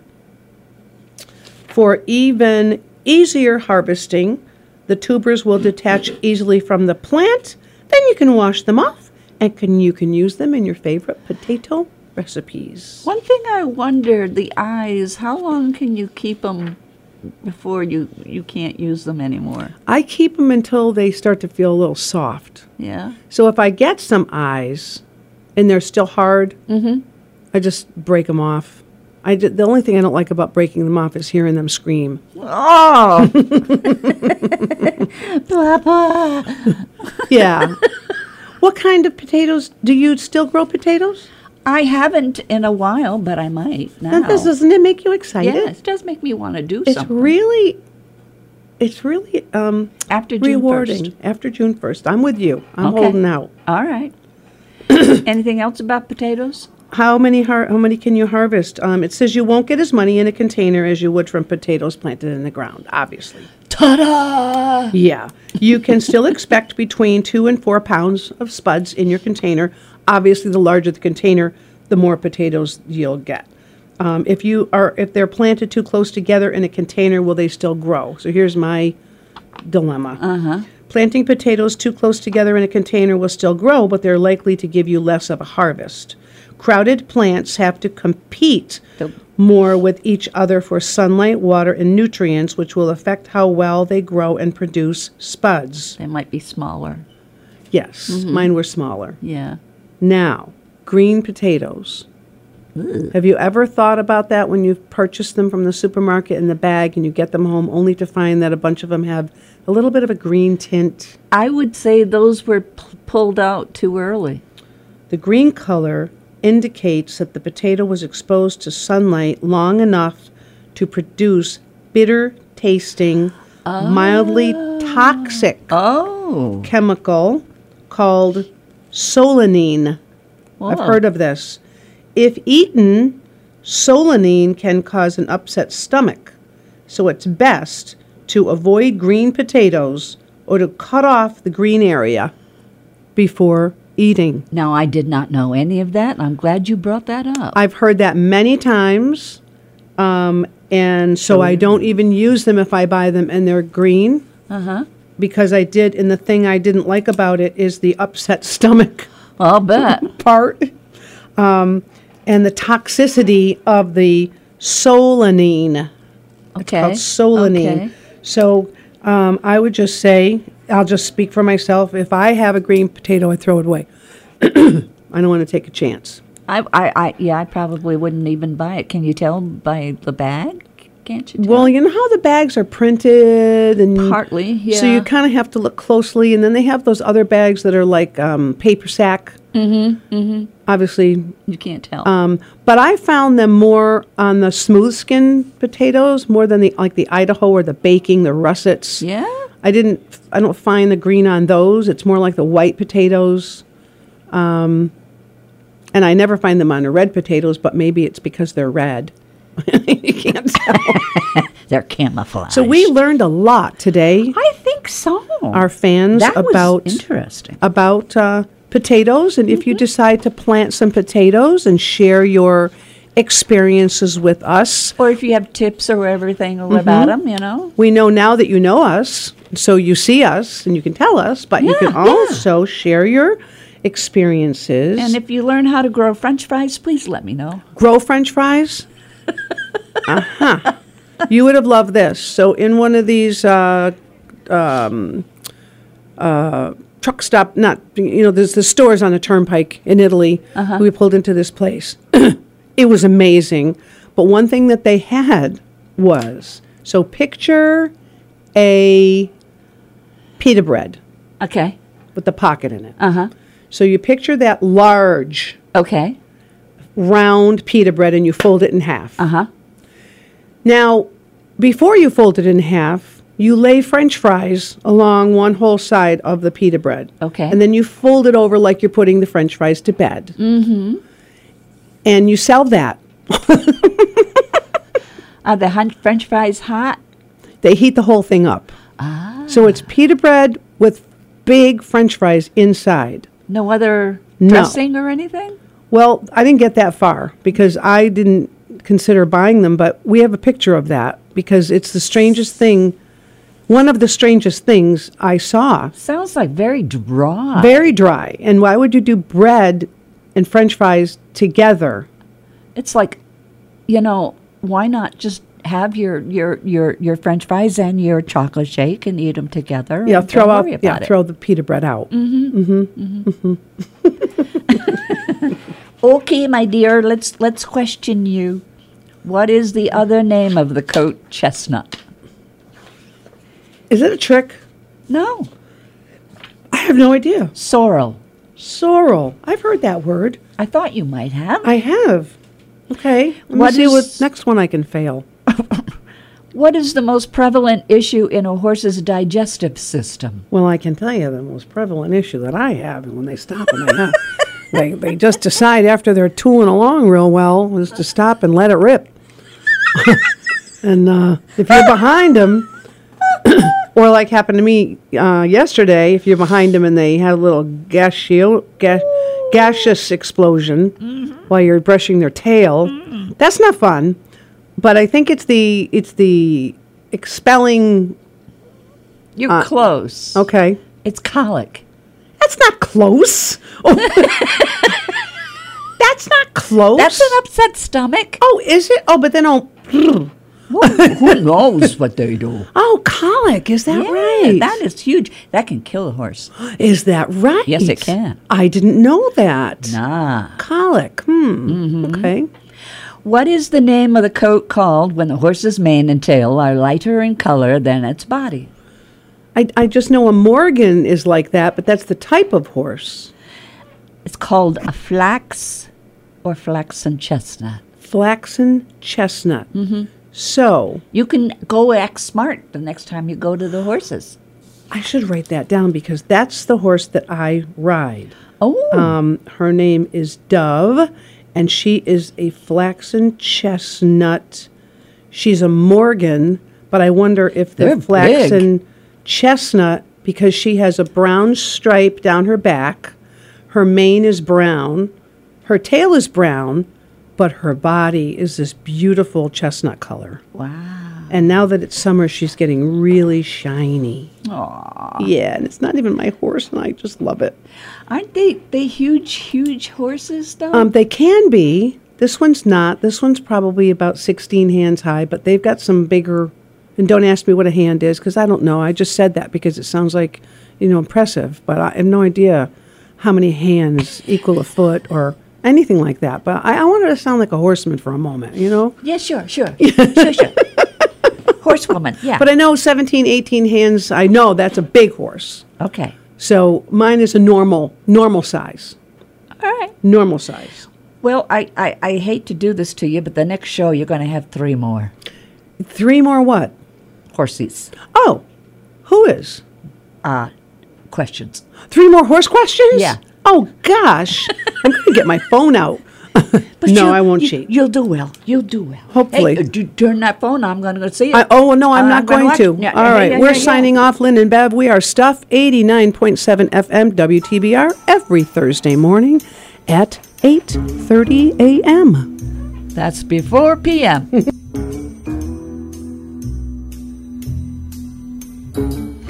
S2: For even easier harvesting, the tubers will detach easily from the plant. Then you can wash them off and can you can use them in your favorite potato recipes.
S1: One thing I wondered: the eyes. How long can you keep them before you you can't use them anymore?
S2: I keep them until they start to feel a little soft.
S1: Yeah.
S2: So if I get some eyes and they're still hard,
S1: Mm-hmm.
S2: I just break them off. I ju- the only thing I don't like about breaking them off is hearing them scream.
S1: Oh. Papa.
S2: Yeah. what kind of potatoes do you still grow potatoes?
S1: I haven't in a while, but I might now.
S2: That- this- doesn't it make you excited?
S1: yes, it does make me want to do
S2: It's
S1: something.
S2: really, it's really um,
S1: After June
S2: rewarding.
S1: 1st.
S2: After June first, I'm with you. I'm
S1: Okay.
S2: holding out.
S1: All right. Anything else about potatoes?
S2: How many har- how many can you harvest? Um, it says you won't get as many in a container as you would from potatoes planted in the ground. Obviously.
S1: Ta-da!
S2: Yeah. You can still expect between two and four pounds of spuds in your container. Obviously, the larger the container, the more potatoes you'll get. Um, if you are if they're planted too close together in a container, will they still grow? So here's my dilemma. Uh-huh. Planting potatoes too close together in a container will still grow, but they're likely to give you less of a harvest. Crowded plants have to compete
S1: Nope.
S2: more with each other for sunlight, water, and nutrients, which will affect how well they grow and produce spuds.
S1: They might be smaller.
S2: Yes, mine were smaller.
S1: Yeah.
S2: Now, green potatoes. Have you ever thought about that when you've purchased them from the supermarket in the bag and you get them home only to find that a bunch of them have a little bit of a green tint?
S1: I would say those were p- pulled out too early.
S2: The green color indicates that the potato was exposed to sunlight long enough to produce bitter tasting, mildly toxic
S1: Oh.
S2: chemical called solanine. I've
S1: Whoa.
S2: heard of this. If eaten, solanine can cause an upset stomach. So it's best to avoid green potatoes or to cut off the green area before eating.
S1: Now, I did not know any of that, and I'm glad you brought that up.
S2: I've heard that many times.
S1: Uh-huh.
S2: Um, and so I don't even use them if I buy them and they're green. Uh huh. because I did, and the thing I didn't like about it is the upset stomach
S1: I'll bet.
S2: part um, and the toxicity of the solanine.
S1: Okay.
S2: called solanine.
S1: Okay.
S2: So um, I would just say, I'll just speak for myself. If I have a green potato, I throw it away. I don't want to take a chance.
S1: I, I, I, yeah, I probably wouldn't even buy it. Can you tell by the bag? Can't you tell?
S2: Well, you know how the bags are printed and
S1: Partly,
S2: So
S1: yeah.
S2: you kind of have to look closely, and then they have those other bags that are like um, paper sack. Mm-hmm. Mm-hmm. Obviously,
S1: you can't tell.
S2: Um, but I found them more on the smooth skin potatoes, more than the like the Idaho or the baking, the russets.
S1: Yeah?
S2: I didn't. I don't find the green on those. It's more like the white potatoes. Um, and I never find them on the red potatoes, but maybe it's because they're red. you can't tell.
S1: They're camouflage.
S2: so we learned a lot today,
S1: I think so.
S2: our fans,
S1: that was
S2: about
S1: interesting.
S2: about uh, potatoes, and if you
S1: Mm-hmm.
S2: decide to plant some potatoes and share your experiences with us.
S1: or if you have tips or everything
S2: Mm-hmm.
S1: about them, you know.
S2: We know now that you know us, so you see us and you can tell us, but you can
S1: Yeah, yeah.
S2: also share your experiences.
S1: And if you learn how to grow French fries, please let me know.
S2: grow french fries uh-huh you would have loved this so in one of these uh, um, uh, truck stop not you know there's the stores on the turnpike in italy we pulled into this place it was amazing but one thing that they had was so picture a pita bread
S1: Okay.
S2: with the pocket in it uh-huh so you picture that large
S1: Okay.
S2: round pita bread and you fold it in half. Uh huh. Now, before you fold it in half, you lay French fries along one whole side of the pita bread.
S1: Okay.
S2: And then you fold it over like you're putting the French fries to bed. Mm hmm. And you sell that.
S1: Are the hun- French fries hot?
S2: They heat the whole thing up. Ah. So it's pita bread with big French fries inside.
S1: No other
S2: No.
S1: dressing or anything?
S2: Well, I didn't get that far because I didn't consider buying them, but we have a picture of that because it's the strangest thing, one of the strangest things I saw.
S1: Sounds like very dry.
S2: Very dry. And why would you do bread and french fries together?
S1: it's like, you know, why not just have your your your your French fries and your chocolate shake and eat them together?
S2: Yeah,
S1: and
S2: throw
S1: Mm, don't
S2: out,
S1: worry
S2: yeah,
S1: about it. Mm.
S2: throw the pita bread out.
S1: Okay, my dear, let's let's question you. What is the other name of the coat chestnut?
S2: Is it a trick?
S1: No,
S2: I have no idea.
S1: sorrel.
S2: Sorrel. I've heard that word.
S1: I thought you might have.
S2: I have. Okay. Let me
S1: What
S2: see what
S1: is-
S2: next one I can fail.
S1: What is the most prevalent issue in a horse's digestive system?
S2: Well, I can tell you the most prevalent issue that I have when they stop and they, not, they they just decide after they're tooling along real well is to stop and let it rip. and uh, if you're behind them, or like happened to me uh, yesterday, if you're behind them and they had a little gaseo- ga- gaseous explosion while you're brushing their tail, that's not fun. But I think it's the it's the expelling.
S1: You're close.
S2: Uh, Okay.
S1: It's colic.
S2: That's not close. Oh. That's not close.
S1: That's an upset stomach.
S2: Oh, is it? Oh, but then oh,
S1: Who knows what they do?
S2: oh, colic. Is that right?
S1: That is huge. That can kill a horse.
S2: Is that right?
S1: Yes, it can.
S2: I didn't know that.
S1: Ah.
S2: Colic. Hmm. Okay.
S1: What is the name of the coat called when the horse's mane and tail are lighter in color than its body?
S2: I, I just know a Morgan is like that, but that's the type of horse.
S1: It's called a flax or flaxen chestnut.
S2: Flaxen chestnut. Mm-hmm. So
S1: You can go act smart the next time you go to the horses.
S2: I should write that down because that's the horse that I ride.
S1: Oh,
S2: Um, her name is Dove, and she is a flaxen chestnut. She's a Morgan, but I wonder if the
S1: They're big.
S2: flaxen chestnut, because she has a brown stripe down her back, her mane is brown, her tail is brown, but her body is this beautiful chestnut color.
S1: wow.
S2: And now that it's summer, she's getting really shiny. Aww. Yeah, and it's not even my horse, and I just love it.
S1: Aren't they they huge, huge horses though?
S2: Um, they can be. This one's not. This one's probably about 16 hands high, but they've got some bigger. And don't ask me what a hand is because I don't know. I just said that because it sounds like, you know, impressive, but I have no idea how many hands equal a foot or anything like that. But I, I wanted to sound like a horseman for a moment, you know?
S1: yeah, sure, sure, sure, sure. Horsewoman, yeah.
S2: But I know 17, 18 hands, I know that's a big horse.
S1: okay,
S2: So mine is a normal, normal size.
S1: all right.
S2: Normal size.
S1: Well, I, I, I hate to do this to you, but the next show you're going to have three more
S2: Three more what?
S1: horses
S2: Oh, who is?
S1: questions.
S2: Three more horse questions?
S1: Yeah.
S2: Oh, gosh. I'm going to get my phone out. no,
S1: you-
S2: I won't
S1: you,
S2: cheat.
S1: You'll do well. You'll do well.
S2: Hopefully.
S1: Hey, uh, do, turn that phone on. I'm going to go see it.
S2: I, oh, no, I'm
S1: Uh,
S2: not
S1: gonna
S2: going
S1: watch
S2: to.
S1: it. Yeah,
S2: All
S1: yeah,
S2: right,
S1: yeah,
S2: we're
S1: yeah, yeah.
S2: signing off, Lynn and Bev. We are Stuff 89.7 FM WTBR every Thursday morning at 8.30 a.m.
S1: That's before PM.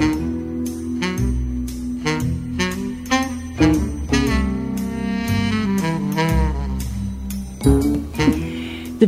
S1: The